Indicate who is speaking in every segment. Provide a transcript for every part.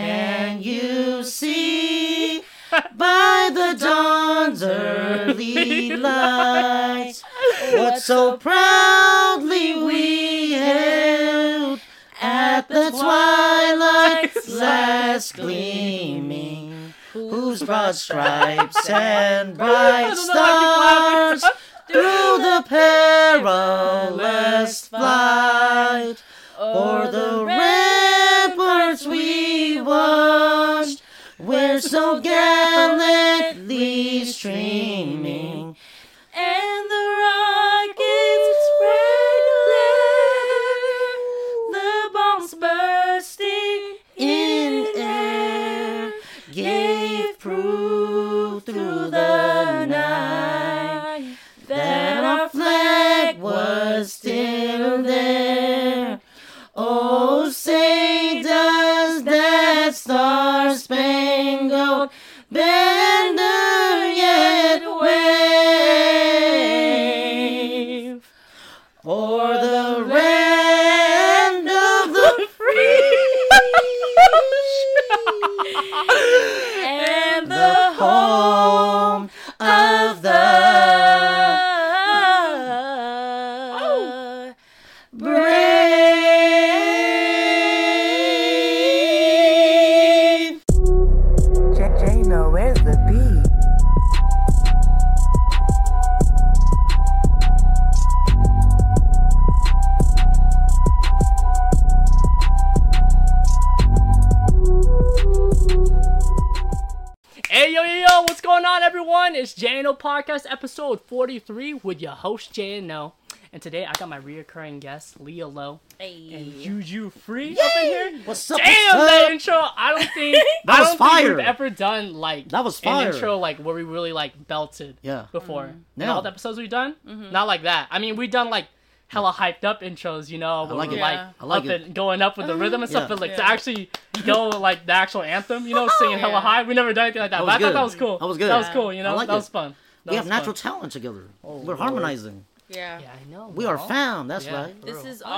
Speaker 1: Can you see by the dawn's early light what so proudly we hailed at the twilight's last gleaming? Whose broad stripes and bright stars through the perilous flight o'er the ramparts we watched, where so gallantly streaming, and the rockets regular, the bombs bursting in air, gave proof through the night that our flag was still there. Oh, say does that star spangled banner yet wave o'er the land of the free
Speaker 2: And
Speaker 1: the home of the
Speaker 2: Oh.
Speaker 1: brave.
Speaker 3: J- Jano, where's the bee?
Speaker 4: Hey yo yo yo, what's going on everyone? It's Jano Podcast episode 43 with your host Jano. And today I got my reoccurring guest, Leah Lowe. And Juju Free up in here.
Speaker 1: What's up?
Speaker 4: Damn
Speaker 1: what's
Speaker 4: that
Speaker 1: up?
Speaker 4: intro! I don't think
Speaker 1: That
Speaker 4: I
Speaker 1: was
Speaker 4: don't
Speaker 1: fire.
Speaker 4: think we've ever done like
Speaker 1: That was
Speaker 4: an
Speaker 1: fire.
Speaker 4: intro like where we really like belted
Speaker 1: Yeah.
Speaker 4: before.
Speaker 2: Mm.
Speaker 4: In
Speaker 1: Yeah.
Speaker 4: all the episodes we've done,
Speaker 2: Mm-hmm.
Speaker 4: not like that. I mean we've done like hella hyped up intros, you know, where
Speaker 1: like
Speaker 4: we're
Speaker 2: it.
Speaker 4: like
Speaker 2: Yeah.
Speaker 1: I like
Speaker 4: up
Speaker 1: it.
Speaker 4: and going up with the rhythm and stuff,
Speaker 1: Yeah.
Speaker 4: but like to
Speaker 2: Yeah. Oh,
Speaker 4: actually go like the actual anthem, you know, singing hella
Speaker 2: Yeah.
Speaker 4: high. We never done anything like that,
Speaker 1: That
Speaker 4: but I
Speaker 1: was
Speaker 4: thought
Speaker 1: good.
Speaker 4: that was cool.
Speaker 1: That was good.
Speaker 4: That was
Speaker 1: Yeah.
Speaker 4: cool, you
Speaker 1: I
Speaker 4: know,
Speaker 1: like
Speaker 4: that
Speaker 1: it.
Speaker 4: was fun. That
Speaker 1: We have
Speaker 4: was
Speaker 1: natural
Speaker 4: fun.
Speaker 1: talent together. We're
Speaker 4: Lord.
Speaker 1: harmonizing.
Speaker 2: Yeah.
Speaker 4: Yeah, I know.
Speaker 1: We are
Speaker 4: bro.
Speaker 1: found. That's right.
Speaker 4: for
Speaker 2: This
Speaker 4: real.
Speaker 2: is
Speaker 4: I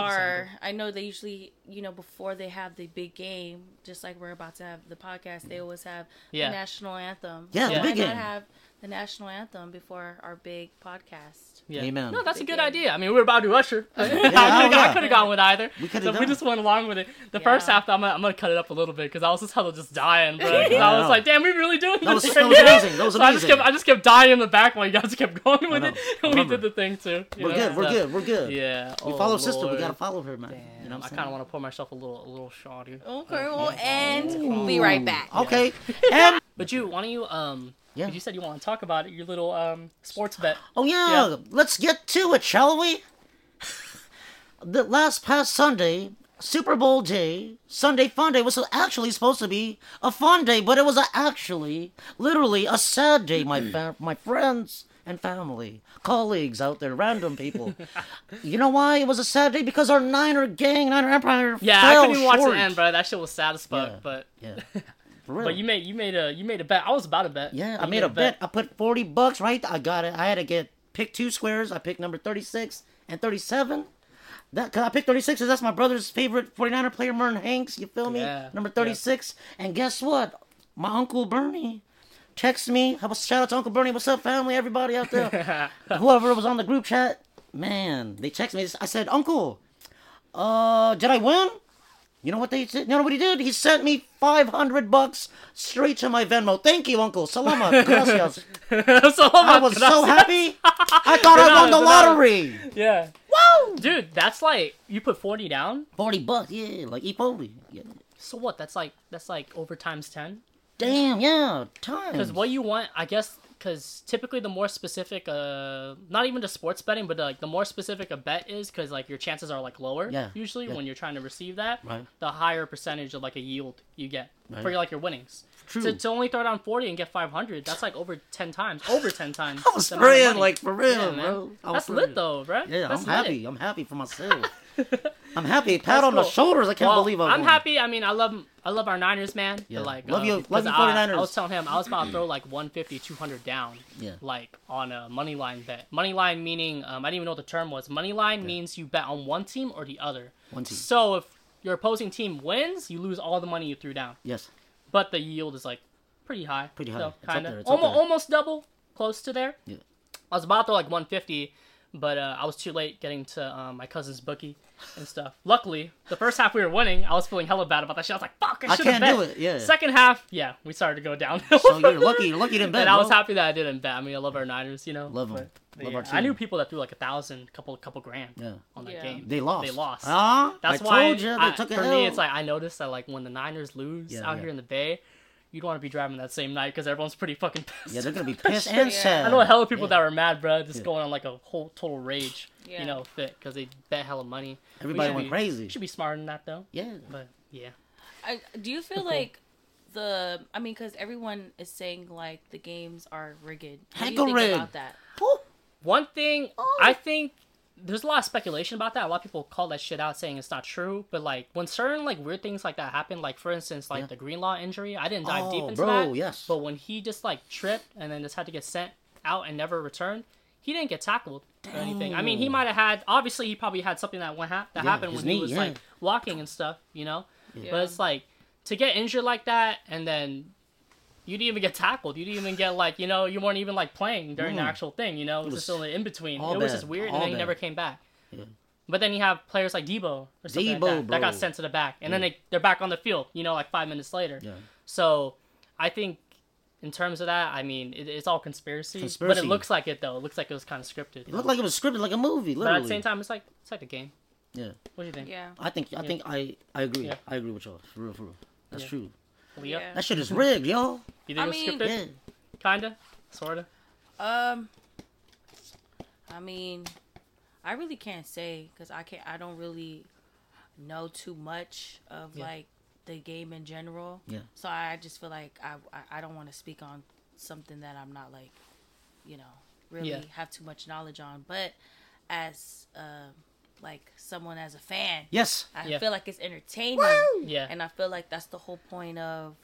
Speaker 2: our.
Speaker 4: understand
Speaker 2: I know they usually, you know, before they have the big game, just like we're about to have the podcast, they always have
Speaker 4: Yeah.
Speaker 2: the national anthem.
Speaker 1: Yeah,
Speaker 4: the
Speaker 2: Why
Speaker 4: big
Speaker 2: not
Speaker 1: game.
Speaker 2: have the national anthem before our big podcast.
Speaker 4: Yeah.
Speaker 1: Amen.
Speaker 4: No, that's a good idea. I mean, we were about to do Usher. I could have
Speaker 1: yeah.
Speaker 4: gone with either.
Speaker 1: We coulda
Speaker 4: so we
Speaker 1: done.
Speaker 4: just went along with it. The first
Speaker 2: Yeah.
Speaker 4: half, I'm gonna, I'm gonna cut it up a little bit because I was just hella just dying, bro. 'Cause
Speaker 1: Yeah, I
Speaker 4: I was
Speaker 1: know.
Speaker 4: like, damn, we really doing
Speaker 1: That was,
Speaker 4: this.
Speaker 1: that was
Speaker 4: right now?
Speaker 1: amazing. That was
Speaker 4: So I just
Speaker 1: amazing.
Speaker 4: kept I just kept dying in the back while you guys kept going with
Speaker 1: know.
Speaker 4: it,
Speaker 1: I
Speaker 4: and we
Speaker 1: remember.
Speaker 4: did the thing too. you
Speaker 1: we're
Speaker 4: know,
Speaker 1: good. We're
Speaker 4: so-
Speaker 1: good. We're good.
Speaker 4: Yeah.
Speaker 1: We
Speaker 4: oh,
Speaker 1: follow sister. We
Speaker 4: Lord.
Speaker 1: gotta follow her, man. You know what
Speaker 4: I
Speaker 1: I'm
Speaker 4: kind of
Speaker 1: saying?
Speaker 4: want to pour myself a little a little shawty.
Speaker 2: Okay,
Speaker 4: Oh.
Speaker 2: well, and we'll be right back.
Speaker 1: Okay. And
Speaker 4: But you, why don't you um?
Speaker 1: Yeah.
Speaker 4: 'cause You said you want to talk about your little um sports bet.
Speaker 1: oh yeah,
Speaker 4: Yeah.
Speaker 1: let's get to it, shall we? the last past Sunday, Super Bowl day, Sunday Fun Day was actually supposed to be a fun day, but it was a, actually, literally, a sad day, my fa- my friends and family, colleagues out there, random people. you know why it was a sad day? Because our Niner gang, Niner Empire,
Speaker 4: Yeah, I
Speaker 1: fell
Speaker 4: couldn't even watch
Speaker 1: short.
Speaker 4: the end, bro. That shit was sad as fuck.
Speaker 1: Yeah.
Speaker 4: But
Speaker 1: Yeah. For real.
Speaker 4: But you made you made a you made a bet. I was about to bet.
Speaker 1: Yeah, I
Speaker 4: You
Speaker 1: made a bet. I put forty bucks, right? I got it. I had to get pick two squares. I picked number thirty six and thirty seven. That cause I picked thirty six because that's my brother's favorite 49er player, Merton Hanks. You feel me?
Speaker 4: Yeah,
Speaker 1: Number
Speaker 4: yeah.
Speaker 1: thirty six. And guess what? My uncle Bernie texted me. Have a shout out to Uncle Bernie. What's up, family? Everybody out there, whoever was on the group chat. Man, they texted me. I said, Uncle, uh, did I win? You know what they did? You know what he did? He sent me 500 bucks straight to my Venmo. Thank you, Uncle. Salama. Gracias.
Speaker 4: so I'm
Speaker 1: I
Speaker 4: like,
Speaker 1: was
Speaker 4: did I
Speaker 1: so
Speaker 4: say-
Speaker 1: happy. I thought I won the
Speaker 4: Good night, good
Speaker 1: lottery.
Speaker 4: Yeah.
Speaker 1: Woo!
Speaker 4: Dude, that's like you put forty down.
Speaker 1: 40 bucks. Yeah, like E. Foley. Yeah.
Speaker 4: So what? That's like that's like over times ten.
Speaker 1: Damn, yeah. Time.
Speaker 4: Because what you want, I guess, because typically the more specific, uh, not even to sports betting, but like the more specific a bet is, because like your chances are like lower.
Speaker 1: Yeah,
Speaker 4: Usually
Speaker 1: yeah.
Speaker 4: when you're trying to receive that,
Speaker 1: Right.
Speaker 4: the higher percentage of like a yield you get for
Speaker 1: Right.
Speaker 4: like your winnings.
Speaker 1: True.
Speaker 4: To, to only throw down forty and get five hundred, that's like over ten times. Over ten times.
Speaker 1: I was
Speaker 4: the amount of
Speaker 1: praying,
Speaker 4: money.
Speaker 1: like, for real,
Speaker 4: Yeah, man.
Speaker 1: bro. I was
Speaker 4: That's lit
Speaker 1: praying.
Speaker 4: though, bro.
Speaker 1: Yeah,
Speaker 4: That's
Speaker 1: I'm
Speaker 4: lit.
Speaker 1: happy. I'm happy for myself. I'm happy. Pat
Speaker 4: That's
Speaker 1: on the
Speaker 4: cool.
Speaker 1: shoulders. I can't
Speaker 4: Well,
Speaker 1: believe I
Speaker 4: I'm
Speaker 1: won.
Speaker 4: happy. I mean, I love I love our Niners, man.
Speaker 1: Yeah.
Speaker 4: But like,
Speaker 1: Love
Speaker 4: uh,
Speaker 1: you- love
Speaker 4: because
Speaker 1: you
Speaker 4: I,
Speaker 1: 49ers.
Speaker 4: I was telling him I was about to throw like 150, 200 down.
Speaker 1: Yeah.
Speaker 4: Like on a money line bet. Money line meaning um, I didn't even know what the term was. Money line means you bet on one team or the other.
Speaker 1: One team.
Speaker 4: So if your opposing team wins, you lose all the money you threw down.
Speaker 1: Yes.
Speaker 4: But the yield is like pretty high.
Speaker 1: Pretty high.
Speaker 4: So,
Speaker 1: It's up
Speaker 4: kind
Speaker 1: there,
Speaker 4: of
Speaker 1: it's up
Speaker 4: almost,
Speaker 1: there.
Speaker 4: almost double, close to there.
Speaker 1: Yeah.
Speaker 4: I was about to like 150, but uh, I was too late getting to um, my cousin's bookie and stuff. Luckily, the first half we were winning, I was feeling hella bad about that shit. I was like, "Fuck, I,
Speaker 1: I
Speaker 4: should
Speaker 1: can't
Speaker 4: bet.
Speaker 1: do it, yeah.
Speaker 4: Second half, yeah, we started to go downhill.
Speaker 1: So you're lucky. You're lucky to bet.
Speaker 4: and I was
Speaker 1: bro.
Speaker 4: happy that I didn't bet. I mean, I love our Niners, you know.
Speaker 1: Love 'em.
Speaker 4: but- but
Speaker 1: Love our
Speaker 4: yeah, I knew
Speaker 1: team.
Speaker 4: people that threw like a thousand, couple, couple grand
Speaker 1: Yeah.
Speaker 4: on that
Speaker 2: Yeah.
Speaker 4: game.
Speaker 1: They lost.
Speaker 4: They lost.
Speaker 1: Ah,
Speaker 4: That's
Speaker 1: I
Speaker 4: why
Speaker 1: told you they
Speaker 4: I-
Speaker 1: took a
Speaker 4: for
Speaker 1: L.
Speaker 4: me, it's like I noticed that like when the Niners lose
Speaker 1: Yeah,
Speaker 4: out
Speaker 1: yeah.
Speaker 4: here in the Bay, you don't want to be driving that same night because everyone's pretty fucking pissed.
Speaker 1: yeah, they're gonna be pissed and
Speaker 2: Yeah.
Speaker 1: sad.
Speaker 4: I know a hell of people
Speaker 1: Yeah.
Speaker 4: that were mad, bro, just
Speaker 1: Yeah.
Speaker 4: going on like a whole total rage,
Speaker 2: Yeah.
Speaker 4: you know, fit because they bet hella money. We
Speaker 1: Everybody
Speaker 4: should
Speaker 1: went
Speaker 4: be-
Speaker 1: crazy.
Speaker 4: Should be smarter than that though.
Speaker 1: Yeah.
Speaker 4: But yeah,
Speaker 2: I, do you feel like the? I mean, because everyone is saying like the games are rigged. What do you
Speaker 1: Heckle
Speaker 2: think
Speaker 1: rigged.
Speaker 2: about that?
Speaker 1: Woo.
Speaker 4: one thing
Speaker 1: Oh.
Speaker 4: I think there's a lot of speculation about that. A lot of people call that shit out saying it's not true, but like when certain like weird things like that happen, like for instance, like
Speaker 1: Yeah.
Speaker 4: the Greenlaw injury, I didn't dive deep
Speaker 1: Oh,
Speaker 4: into
Speaker 1: bro,
Speaker 4: that.
Speaker 1: yes.
Speaker 4: But when he just like tripped and then just had to get sent out and never returned. He didn't get tackled or anything. I mean, he
Speaker 1: Damn.
Speaker 4: might have had. Obviously, he probably had something that went ha- that
Speaker 1: Yeah,
Speaker 4: happened
Speaker 1: his
Speaker 4: when he
Speaker 1: knee,
Speaker 4: was
Speaker 1: yeah.
Speaker 4: like walking and stuff. You know,
Speaker 2: Yeah.
Speaker 4: But it's like to get injured like that and then you didn't even get tackled. You didn't even get like, you know, you weren't even like playing during the
Speaker 1: Mm.
Speaker 4: actual thing, you know? It was,
Speaker 1: was
Speaker 4: just only in between. It
Speaker 1: all
Speaker 4: was just
Speaker 1: bad.
Speaker 4: weird and
Speaker 1: All
Speaker 4: then he
Speaker 1: bad.
Speaker 4: never came back. But then you have players like Debo or something like
Speaker 1: Debo,
Speaker 4: that, that got
Speaker 1: bro.
Speaker 4: sent to the back. And then they, they're back on the field, you know, like five minutes later.
Speaker 1: Yeah.
Speaker 4: So I think in terms of that, I mean, it, it's all conspiracy, But
Speaker 1: Conspiracy.
Speaker 4: it looks like it, though. It looks like it was kind of scripted.
Speaker 1: It looked like it was scripted like a movie, literally.
Speaker 4: but at the same time, it's like, it's like a game.
Speaker 1: yeah.
Speaker 4: What do you think?
Speaker 2: Yeah.
Speaker 1: I think I think I I agree.
Speaker 4: Yeah.
Speaker 1: I agree with y'all. For real, for real. That's
Speaker 4: Yeah.
Speaker 1: true.
Speaker 4: Leah?
Speaker 2: Yeah.
Speaker 1: That shit is rigged, y'all.
Speaker 4: You
Speaker 2: I
Speaker 4: think
Speaker 2: mean-
Speaker 4: it was scripted?
Speaker 1: Yeah.
Speaker 4: Kinda? Sorta?
Speaker 2: Um, I mean, I really can't say because I can't. I don't really know too much of
Speaker 4: Yeah.
Speaker 2: like the game in general.
Speaker 1: Yeah.
Speaker 2: So I just feel like I I, I don't want to speak on something that I'm not like, you know, really
Speaker 4: Yeah.
Speaker 2: have too much knowledge on. But as um like someone as a fan,
Speaker 1: Yes.
Speaker 2: I
Speaker 4: Yeah.
Speaker 2: feel like it's entertaining.
Speaker 4: Yeah.
Speaker 2: And I feel like that's the whole point of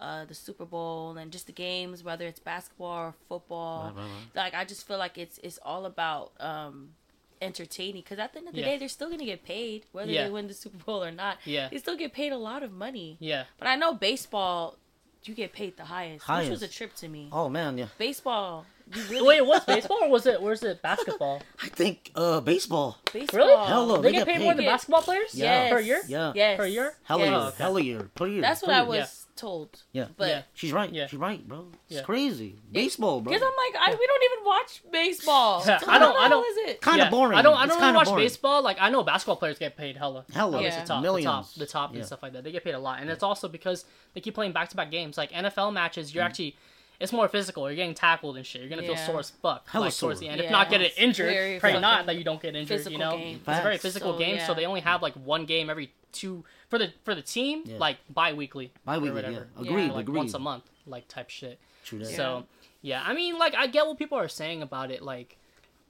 Speaker 2: uh, the Super Bowl and just the games, whether it's basketball or football.
Speaker 1: Right, right,
Speaker 2: Like I just feel like it's it's all about um, entertaining because at the end of the
Speaker 4: Yeah.
Speaker 2: day, they're still gonna get paid whether
Speaker 4: Yeah.
Speaker 2: they win the Super Bowl or not.
Speaker 4: Yeah.
Speaker 2: they still get paid a lot of money.
Speaker 4: yeah.
Speaker 2: But I know baseball, you get paid the highest, which was
Speaker 1: Highest.
Speaker 2: a trip to me.
Speaker 1: Oh man, yeah.
Speaker 2: Baseball, you really
Speaker 4: Wait, what's baseball or was it where's it basketball?
Speaker 1: I think uh baseball.
Speaker 2: baseball.
Speaker 4: Really?
Speaker 1: Hella.
Speaker 4: They,
Speaker 1: They
Speaker 4: get
Speaker 1: get
Speaker 4: paid more than
Speaker 2: paid.
Speaker 4: basketball players?
Speaker 1: Yeah.
Speaker 4: Per year?
Speaker 1: Yeah.
Speaker 2: Yes.
Speaker 4: Per year?
Speaker 1: Hell
Speaker 2: yes.
Speaker 1: year.
Speaker 4: Oh, okay.
Speaker 1: Hell year. Per year.
Speaker 2: That's
Speaker 1: per
Speaker 2: what I
Speaker 1: year.
Speaker 2: was
Speaker 4: Yeah.
Speaker 2: told.
Speaker 1: Yeah.
Speaker 2: But
Speaker 4: Yeah.
Speaker 1: She's right.
Speaker 4: Yeah.
Speaker 1: She's right, bro. It's
Speaker 4: Yeah.
Speaker 1: crazy. Baseball, bro.
Speaker 2: Because I'm like, I, we don't even watch baseball.
Speaker 4: Yeah,
Speaker 2: So
Speaker 4: I don't-
Speaker 2: how the
Speaker 4: I
Speaker 2: hell
Speaker 4: don't-
Speaker 2: Is it?
Speaker 1: Kind of
Speaker 4: Yeah.
Speaker 1: boring.
Speaker 4: I don't I
Speaker 1: It's
Speaker 4: don't really
Speaker 1: kinda
Speaker 4: watch
Speaker 1: boring.
Speaker 4: baseball. Like I know basketball players get paid hella.
Speaker 1: Hella.
Speaker 4: At least
Speaker 2: Yeah.
Speaker 4: the top,
Speaker 1: Millions.
Speaker 4: the top, the top
Speaker 1: Yeah.
Speaker 4: and stuff like that. They get paid a lot. And it's also because they keep playing back to back games. Like NFL matches,
Speaker 1: Mm-hmm.
Speaker 4: you're actually it's more physical. You're getting tackled and shit. You're gonna feel
Speaker 2: Yeah.
Speaker 4: sore as fuck
Speaker 1: Hella
Speaker 4: like, towards the
Speaker 1: sore.
Speaker 4: end. If
Speaker 2: Yeah.
Speaker 4: not getting
Speaker 2: It's very
Speaker 4: injured, pray not
Speaker 2: fucking
Speaker 4: that you don't get injured. You
Speaker 2: physical
Speaker 4: know,
Speaker 2: game.
Speaker 4: it's a very
Speaker 1: Facts.
Speaker 4: physical
Speaker 2: So,
Speaker 4: game.
Speaker 2: yeah.
Speaker 4: So they only have like one game every two for the for the team,
Speaker 1: Yeah.
Speaker 4: like bi weekly,
Speaker 1: Bi-weekly,
Speaker 4: or
Speaker 1: yeah.
Speaker 4: whatever.
Speaker 1: Agreed,
Speaker 4: like
Speaker 1: agreed.
Speaker 4: once a month, like type shit.
Speaker 1: True that.
Speaker 4: So yeah, I mean, like I get what people are saying about it, like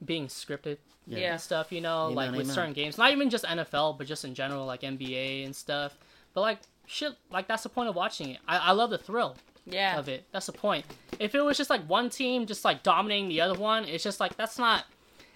Speaker 4: being scripted
Speaker 1: Yeah.
Speaker 2: Yeah.
Speaker 4: and stuff. You know,
Speaker 1: Amen,
Speaker 4: like with
Speaker 1: amen.
Speaker 4: certain games, not even just NFL, but just in general, like NBA and stuff. But like shit, like that's the point of watching it. I, I love the thrill
Speaker 2: Yeah.
Speaker 4: of it. That's the point. If it was just like one team just like dominating the other one, it's just like that's not.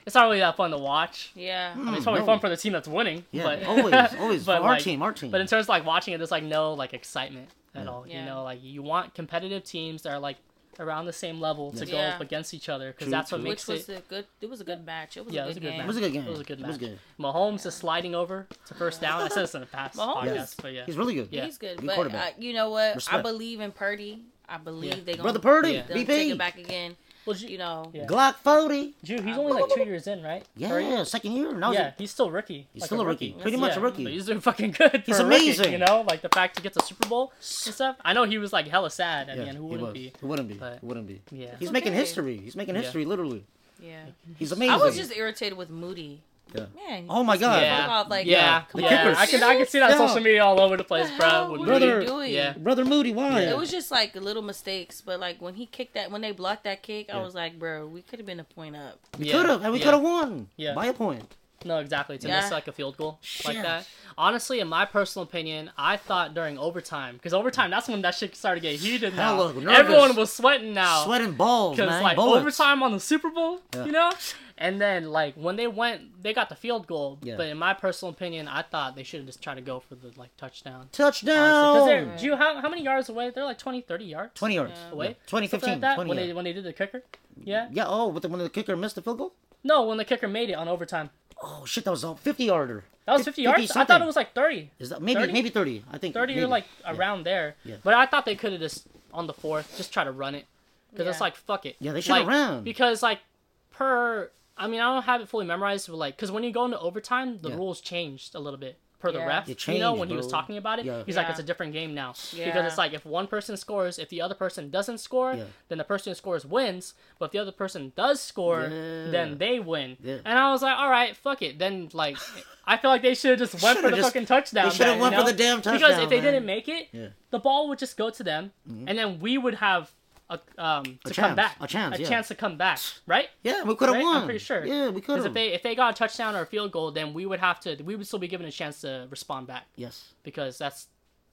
Speaker 4: It's not really that fun to watch.
Speaker 2: Yeah.
Speaker 4: I mean,
Speaker 1: Mm,
Speaker 4: it's probably
Speaker 1: no.
Speaker 4: fun for the team that's winning.
Speaker 1: Yeah,
Speaker 4: but,
Speaker 1: always, always.
Speaker 4: but,
Speaker 1: For our
Speaker 4: like-
Speaker 1: team, our team.
Speaker 4: But in terms of like watching it, there's like no like excitement at all.
Speaker 2: Yeah.
Speaker 4: You know, like you want competitive teams that are like around the same level to
Speaker 1: Yeah.
Speaker 4: go
Speaker 2: Yeah.
Speaker 4: up against each other because
Speaker 1: True,
Speaker 4: that's what
Speaker 1: true.
Speaker 4: makes
Speaker 2: Which was
Speaker 4: it.
Speaker 2: a good. It was a good match. It was
Speaker 4: Yeah,
Speaker 2: a
Speaker 4: it
Speaker 2: good,
Speaker 4: was a good
Speaker 2: game.
Speaker 4: match.
Speaker 1: It was a good game.
Speaker 4: It was a good
Speaker 1: It was
Speaker 4: match.
Speaker 1: good.
Speaker 4: Mahomes is sliding over to first down. I said this in the past
Speaker 2: Mahomes
Speaker 4: podcast,
Speaker 2: is-
Speaker 4: but yeah,
Speaker 1: He's really good.
Speaker 4: Yeah.
Speaker 2: He's good,
Speaker 1: Good
Speaker 2: but uh,
Speaker 1: quarterback.
Speaker 2: you know what? I
Speaker 1: Respect.
Speaker 2: believe in Purdy. I believe
Speaker 4: Yeah.
Speaker 2: they're gonna
Speaker 1: Brother Purdy,
Speaker 4: Yeah.
Speaker 2: they'll take
Speaker 1: BP.
Speaker 2: it back again.
Speaker 4: well, Ju-
Speaker 2: You know.
Speaker 4: Yeah.
Speaker 1: Glock 40.
Speaker 4: Ju- he's only like two years in, right?
Speaker 1: Yeah,
Speaker 4: Three?
Speaker 1: second year. Now
Speaker 4: yeah,
Speaker 1: yeah.
Speaker 4: he's still rookie.
Speaker 1: He's
Speaker 4: Like
Speaker 1: still a rookie. Pretty much a rookie.
Speaker 4: but he's doing fucking good.
Speaker 1: He's
Speaker 4: for a rookie,
Speaker 1: amazing.
Speaker 4: you know, like the fact he gets a Super Bowl and stuff. I know he was like hella sad at the end. Who
Speaker 1: he
Speaker 4: wouldn't
Speaker 1: was.
Speaker 4: be?
Speaker 1: Who wouldn't be?
Speaker 4: But-
Speaker 1: Who wouldn't be?
Speaker 4: Yeah.
Speaker 1: He's making
Speaker 2: Okay.
Speaker 1: history. He's making
Speaker 4: Yeah.
Speaker 1: history, literally.
Speaker 2: Yeah.
Speaker 1: He's amazing.
Speaker 2: I was just irritated with Moody.
Speaker 1: Yeah.
Speaker 2: Man.
Speaker 1: Oh my God.
Speaker 4: Yeah.
Speaker 2: Fuck off, like,
Speaker 4: yeah,
Speaker 2: come
Speaker 1: on.
Speaker 4: yeah.
Speaker 1: The
Speaker 4: I can I can see that on
Speaker 1: Yeah.
Speaker 4: social media all over the place,
Speaker 2: What the hell
Speaker 4: bro.
Speaker 2: were
Speaker 4: With
Speaker 2: you
Speaker 1: Brother-
Speaker 2: doing?
Speaker 4: yeah,
Speaker 1: Brother Moody, why?
Speaker 2: It was just like little mistakes, but like when he kicked that, when they blocked that kick, I
Speaker 1: Yeah.
Speaker 2: was like, bro, we could have been a point up.
Speaker 1: we
Speaker 4: yeah,
Speaker 1: could have, and we
Speaker 4: yeah.
Speaker 1: could have won.
Speaker 4: Yeah.
Speaker 1: By a point.
Speaker 4: No, exactly. To
Speaker 2: Yeah.
Speaker 4: miss like a field goal like
Speaker 1: Shit.
Speaker 4: that. Honestly, in my personal opinion, I thought during overtime because overtime that's when that shit started to get heated. Now
Speaker 1: Hella nervous.
Speaker 4: everyone was sweating now
Speaker 1: Sweating balls,
Speaker 4: because
Speaker 1: man.
Speaker 4: like
Speaker 1: Bullets.
Speaker 4: overtime on the Super Bowl,
Speaker 1: Yeah.
Speaker 4: you know. And then like when they went, they got the field goal.
Speaker 1: Yeah.
Speaker 4: But in my personal opinion, I thought they should have just tried to go for the like touchdown. Because
Speaker 1: Touchdown.
Speaker 4: they're, do you how, how many yards away? They're like 20, 30 yards
Speaker 1: 20 yards.
Speaker 4: away.
Speaker 1: Yeah. 20,
Speaker 4: Something
Speaker 1: 15,
Speaker 4: like that,
Speaker 1: 20
Speaker 4: when
Speaker 1: yards.
Speaker 4: they when they did the kicker. Yeah.
Speaker 1: Yeah, oh, with the, when the kicker missed the field goal?
Speaker 4: No, when the kicker made it on overtime.
Speaker 1: Oh, shit, that was a 50 yarder.
Speaker 4: That was
Speaker 1: Fif-
Speaker 4: 50 yards. I thought it
Speaker 1: something.
Speaker 4: was like 30.
Speaker 1: Is that maybe
Speaker 4: 30?
Speaker 1: maybe 30. I think
Speaker 4: 30 or
Speaker 1: maybe.
Speaker 4: like around there.
Speaker 1: Yeah.
Speaker 4: But I thought they could have just on the fourth just try to run it because it's
Speaker 2: Yeah.
Speaker 4: like fuck it.
Speaker 1: Yeah, they should've
Speaker 4: Like,
Speaker 1: ran.
Speaker 4: because like per I mean I don't have it fully memorized but like because when you go into overtime the
Speaker 1: Yeah.
Speaker 4: rules changed a little bit per the
Speaker 2: Yeah.
Speaker 4: ref.
Speaker 1: It
Speaker 4: you know
Speaker 1: changed,
Speaker 4: when he was
Speaker 1: bro.
Speaker 4: talking about it,
Speaker 1: Yeah.
Speaker 4: he's like
Speaker 2: Yeah.
Speaker 4: it's a different game now because
Speaker 2: Yeah.
Speaker 4: it's like if one person scores, if the other person doesn't score,
Speaker 1: Yeah.
Speaker 4: then the person who scores wins. But if the other person does score,
Speaker 1: Yeah.
Speaker 4: then they win.
Speaker 1: Yeah.
Speaker 4: And I was like, all right, fuck it. Then like. I feel like they should have just went for
Speaker 1: Should've
Speaker 4: the
Speaker 1: just-
Speaker 4: fucking touchdown.
Speaker 1: they should've
Speaker 4: then,
Speaker 1: went
Speaker 4: you
Speaker 1: for
Speaker 4: know?
Speaker 1: the damn
Speaker 4: Because if
Speaker 1: touchdown,
Speaker 4: they
Speaker 1: man.
Speaker 4: didn't make it,
Speaker 1: Yeah.
Speaker 4: the ball would just go to them, and then we would have a um to come
Speaker 1: chance,
Speaker 4: back,
Speaker 1: a chance,
Speaker 4: a
Speaker 1: yeah.
Speaker 4: chance to come back, right?
Speaker 1: Yeah, we could have
Speaker 4: Right?
Speaker 1: won.
Speaker 4: I'm pretty sure.
Speaker 1: Yeah, we could
Speaker 4: Because
Speaker 1: have.
Speaker 4: if they if they got a touchdown or a field goal, then we would have to we would still be given a chance to respond back
Speaker 1: Yes,
Speaker 4: because that's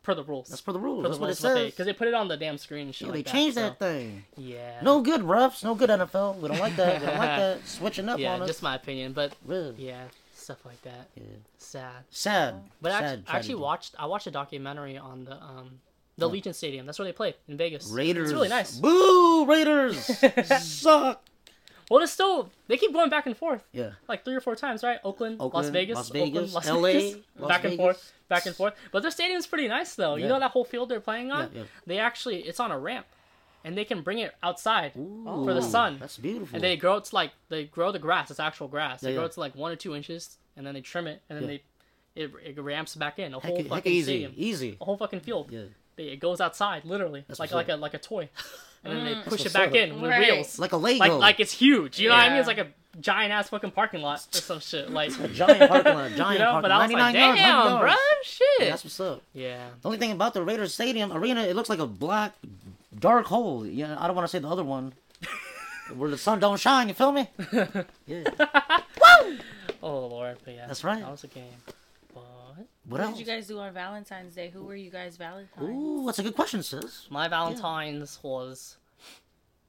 Speaker 4: per the rules.
Speaker 1: that's for the rules.
Speaker 4: Per
Speaker 1: That's what it
Speaker 4: they
Speaker 1: says.
Speaker 4: because they put it on the damn screen and shit.
Speaker 1: Yeah, they
Speaker 4: like
Speaker 1: changed
Speaker 4: so-
Speaker 1: that thing.
Speaker 4: Yeah.
Speaker 1: No good refs. No good NFL. We don't like that. We don't like that. Switching up
Speaker 4: Yeah,
Speaker 1: on
Speaker 4: just
Speaker 1: us.
Speaker 4: my opinion, but
Speaker 1: Really.
Speaker 4: yeah, stuff like that.
Speaker 1: Yeah.
Speaker 4: Sad.
Speaker 1: Sad.
Speaker 4: But I
Speaker 1: Sad
Speaker 4: actually, I actually
Speaker 1: tragedy.
Speaker 4: watched I watched a documentary on the um the Legion Stadium. That's where they play in Vegas.
Speaker 1: Raiders.
Speaker 4: It's really nice.
Speaker 1: Boo! Raiders suck.
Speaker 4: Well, it's still they keep going back and forth.
Speaker 1: Yeah.
Speaker 4: like three or four times, right? Oakland, Las
Speaker 1: Oakland,
Speaker 4: Vegas,
Speaker 1: Las
Speaker 4: Oakland,
Speaker 1: Vegas,
Speaker 4: Las
Speaker 1: LA,
Speaker 4: Vegas,
Speaker 1: Las
Speaker 4: back and
Speaker 1: Vegas.
Speaker 4: forth, back and forth. But their stadium's pretty nice though. You
Speaker 1: Yeah.
Speaker 4: know that whole field they're playing on?
Speaker 1: Yeah, yeah.
Speaker 4: They actually it's on a ramp, and they can bring it outside,
Speaker 1: Ooh,
Speaker 4: For the sun.
Speaker 1: That's beautiful.
Speaker 4: and they grow it's like they grow the grass. It's actual grass. they
Speaker 1: Yeah,
Speaker 4: grow
Speaker 1: yeah.
Speaker 4: it to like one or two inches, and then they trim it, and then
Speaker 1: Yeah.
Speaker 4: they it, it ramps back in a
Speaker 1: heck, e,
Speaker 4: whole
Speaker 1: heck
Speaker 4: fucking
Speaker 1: easy.
Speaker 4: stadium,
Speaker 1: Easy.
Speaker 4: a whole fucking field.
Speaker 1: Yeah.
Speaker 4: They, it goes outside literally, like
Speaker 1: what's
Speaker 4: like a like a toy, and then they push it
Speaker 1: what's
Speaker 4: back
Speaker 1: up.
Speaker 4: in with
Speaker 2: Mm. Right.
Speaker 4: wheels.
Speaker 1: Like a Lego.
Speaker 4: Like, like it's huge. You know what I mean?
Speaker 2: Yeah.
Speaker 4: It's like a giant ass fucking parking lot or some shit. Like
Speaker 1: giant parking lot. Giant
Speaker 4: you know,
Speaker 1: parking
Speaker 4: but
Speaker 1: lot.
Speaker 4: I was
Speaker 1: 99
Speaker 4: like,
Speaker 1: yards, 99
Speaker 4: damn,
Speaker 1: yards.
Speaker 4: bro,
Speaker 1: Yeah,
Speaker 4: shit.
Speaker 1: that's what's up.
Speaker 4: Yeah.
Speaker 1: The only thing about the Raiders Stadium arena, it looks like a black, dark hole. Yeah, I don't want to say the other one, where the sun don't shine. You feel me? Yeah.
Speaker 4: Oh lord, but yeah,
Speaker 1: That's right.
Speaker 4: That was a game. But
Speaker 1: What
Speaker 2: What
Speaker 1: else?
Speaker 2: did you guys do on Valentine's Day? Who were you guys Valentine's?
Speaker 1: Ooh, that's a good question, sis.
Speaker 4: my Valentine's was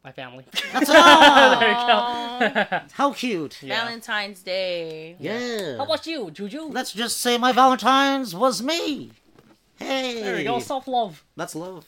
Speaker 4: my family.
Speaker 1: That's all.
Speaker 4: there you go.
Speaker 1: How cute. Yeah.
Speaker 2: Valentine's Day.
Speaker 4: How about you, Juju?
Speaker 1: Let's just say my Valentine's was me. Hey.
Speaker 4: there you go. Self love,
Speaker 1: That's love.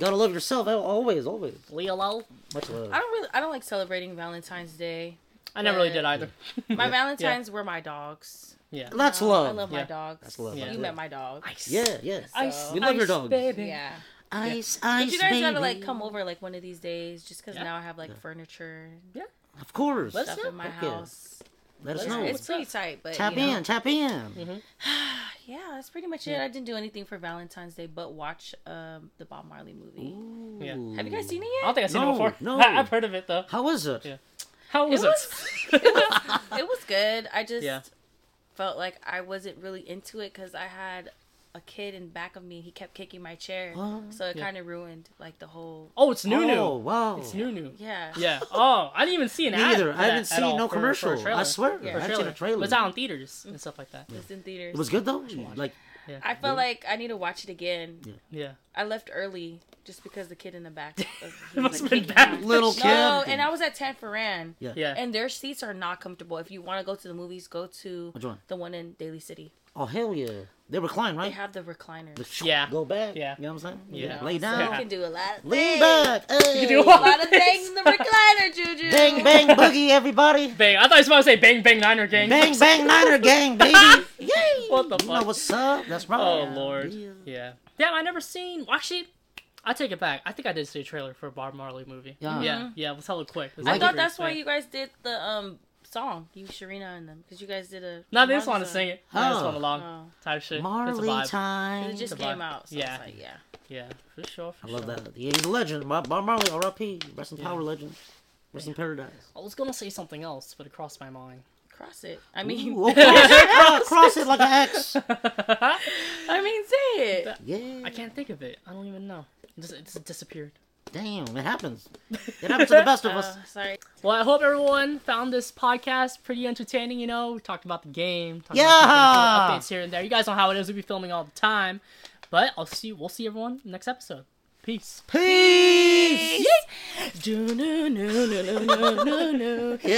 Speaker 1: Gotta love yourself al- always, always.
Speaker 4: Leo. Lol.
Speaker 1: Much love.
Speaker 2: I don't really, I don't like celebrating Valentine's Day.
Speaker 4: I never really
Speaker 2: Uh,
Speaker 4: did either.
Speaker 2: My Valentines were my dogs.
Speaker 4: Yeah.
Speaker 1: That's
Speaker 2: Um,
Speaker 1: love.
Speaker 2: I love
Speaker 4: Yeah.
Speaker 2: my dogs.
Speaker 1: That's love.
Speaker 4: Yeah.
Speaker 2: You
Speaker 1: That's
Speaker 2: met
Speaker 1: it.
Speaker 2: my dog.
Speaker 1: Yeah, yeah.
Speaker 4: Ice.
Speaker 1: We love your
Speaker 4: ice,
Speaker 1: dogs.
Speaker 4: baby.
Speaker 2: Yeah.
Speaker 1: Ice,
Speaker 2: But
Speaker 1: ice,
Speaker 2: you guys
Speaker 1: baby.
Speaker 2: gotta like come over like one of these days, just because
Speaker 4: Yeah.
Speaker 2: now I have like furniture and
Speaker 1: Of course.
Speaker 4: Let's-
Speaker 2: stuff
Speaker 4: Yeah,
Speaker 2: in my
Speaker 1: okay.
Speaker 2: house.
Speaker 1: Let us
Speaker 2: It's,
Speaker 1: know.
Speaker 2: it's pretty tight, but
Speaker 1: tap
Speaker 2: you know.
Speaker 1: in, tap in.
Speaker 2: Yeah, that's pretty much it. I didn't do anything for Valentine's Day but watch um, the Bob Marley movie.
Speaker 4: Yeah.
Speaker 1: Ooh.
Speaker 2: Mm-hmm. Have you guys seen it
Speaker 4: I
Speaker 2: yet?
Speaker 4: don't think I've seen
Speaker 1: No,
Speaker 4: it before.
Speaker 1: no.
Speaker 4: I've heard of it though.
Speaker 1: How was it?
Speaker 4: Yeah. How was
Speaker 2: It
Speaker 4: it?
Speaker 2: was- it was good. I just
Speaker 4: Yeah.
Speaker 2: felt like I wasn't really into it because I had a kid in back of me. He kept kicking my chair,
Speaker 1: Oh.
Speaker 2: so it
Speaker 4: Yeah.
Speaker 2: kind of ruined like the whole.
Speaker 4: oh, it's new,
Speaker 1: Oh,
Speaker 4: new.
Speaker 1: wow.
Speaker 4: It's new, new.
Speaker 2: Yeah.
Speaker 4: Yeah. Oh, I didn't even see an
Speaker 1: Me
Speaker 4: ad.
Speaker 1: either.
Speaker 4: for
Speaker 1: I haven't
Speaker 4: that at
Speaker 1: seen
Speaker 4: all
Speaker 1: no
Speaker 4: for- for a
Speaker 1: commercial. I
Speaker 4: trailer.
Speaker 1: swear.
Speaker 2: Yeah.
Speaker 1: I haven't seen a trailer.
Speaker 4: It was out in theaters and stuff like that.
Speaker 2: It's in theaters.
Speaker 1: It was good though. Like
Speaker 2: Mm. I felt like I need to watch it again.
Speaker 4: Yeah.
Speaker 2: I left early just because the kid in the back. Of,
Speaker 4: It must have been
Speaker 2: bad.
Speaker 4: bad.
Speaker 1: little kid.
Speaker 2: No, and I was at Tanforan.
Speaker 1: Yeah.
Speaker 4: Yeah.
Speaker 2: And their seats are not comfortable. If you want to go to the movies, go to
Speaker 1: Which one?
Speaker 2: the one in Daly City.
Speaker 1: Oh hell yeah. They recline,
Speaker 2: They
Speaker 1: right?
Speaker 2: have the recliner.
Speaker 4: Yeah.
Speaker 1: Go back.
Speaker 4: Yeah.
Speaker 1: You know what I'm saying?
Speaker 4: Yeah.
Speaker 1: Lay
Speaker 2: So you
Speaker 1: down.
Speaker 2: can do a lot of
Speaker 1: Lean
Speaker 2: things.
Speaker 1: back. Hey.
Speaker 4: do
Speaker 2: A lot of
Speaker 4: Yes.
Speaker 2: things in the recliner, Juju.
Speaker 1: Bang bang boogie, everybody.
Speaker 4: Bang! I thought you were about to say bang bang Niner gang.
Speaker 1: bang bang niner gang, baby. Yay.
Speaker 4: What the
Speaker 1: You know
Speaker 4: fuck?
Speaker 1: what's up? That's right.
Speaker 4: Oh lord.
Speaker 1: Yeah.
Speaker 4: Yeah. Damn, I never seen. Actually, I take it back. I think I did see a trailer for a Bob Marley movie.
Speaker 1: Yeah.
Speaker 4: Yeah. Yeah. Let's have a quick. Let's
Speaker 2: Uh-huh. I
Speaker 4: have a
Speaker 2: thought
Speaker 4: brief
Speaker 2: that's why
Speaker 4: thing.
Speaker 2: you guys did the um song, you Sharina and them, because you guys did a.
Speaker 4: No, they just
Speaker 2: Marley
Speaker 4: want to
Speaker 2: song.
Speaker 4: sing it. They just
Speaker 1: Oh.
Speaker 4: want along
Speaker 2: Oh.
Speaker 4: type shit. it's a
Speaker 1: Marley
Speaker 4: vibe.
Speaker 1: time.
Speaker 2: It just
Speaker 4: It's a
Speaker 2: came
Speaker 4: vibe.
Speaker 2: out. So
Speaker 4: Yeah.
Speaker 2: It's like, yeah.
Speaker 4: Yeah, for sure. For
Speaker 1: I love
Speaker 4: sure.
Speaker 1: that. Yeah, he's a legend. Bob Bob Marley, R.I.P. Rest in power, legend. Rest in paradise.
Speaker 4: I was gonna say something else, but it crossed my mind.
Speaker 2: Cross it. I mean,
Speaker 1: Ooh, oh, cross, it, cross- cross it like an X.
Speaker 2: I mean, say it.
Speaker 1: Yeah.
Speaker 4: I can't think of it. I don't even know. It just, it just disappeared.
Speaker 1: Damn, it happens. It happens to the best of us.
Speaker 2: Oh, sorry.
Speaker 4: Well, I hope everyone found this podcast pretty entertaining. You know, we talked about the game, talked
Speaker 1: Yeah.
Speaker 4: about different updates here and there. You guys know how it is. We'll be filming all the time, but I'll see. We'll see everyone next episode. Peace.
Speaker 1: Peace.
Speaker 4: Do, do, do, do, do, do, do.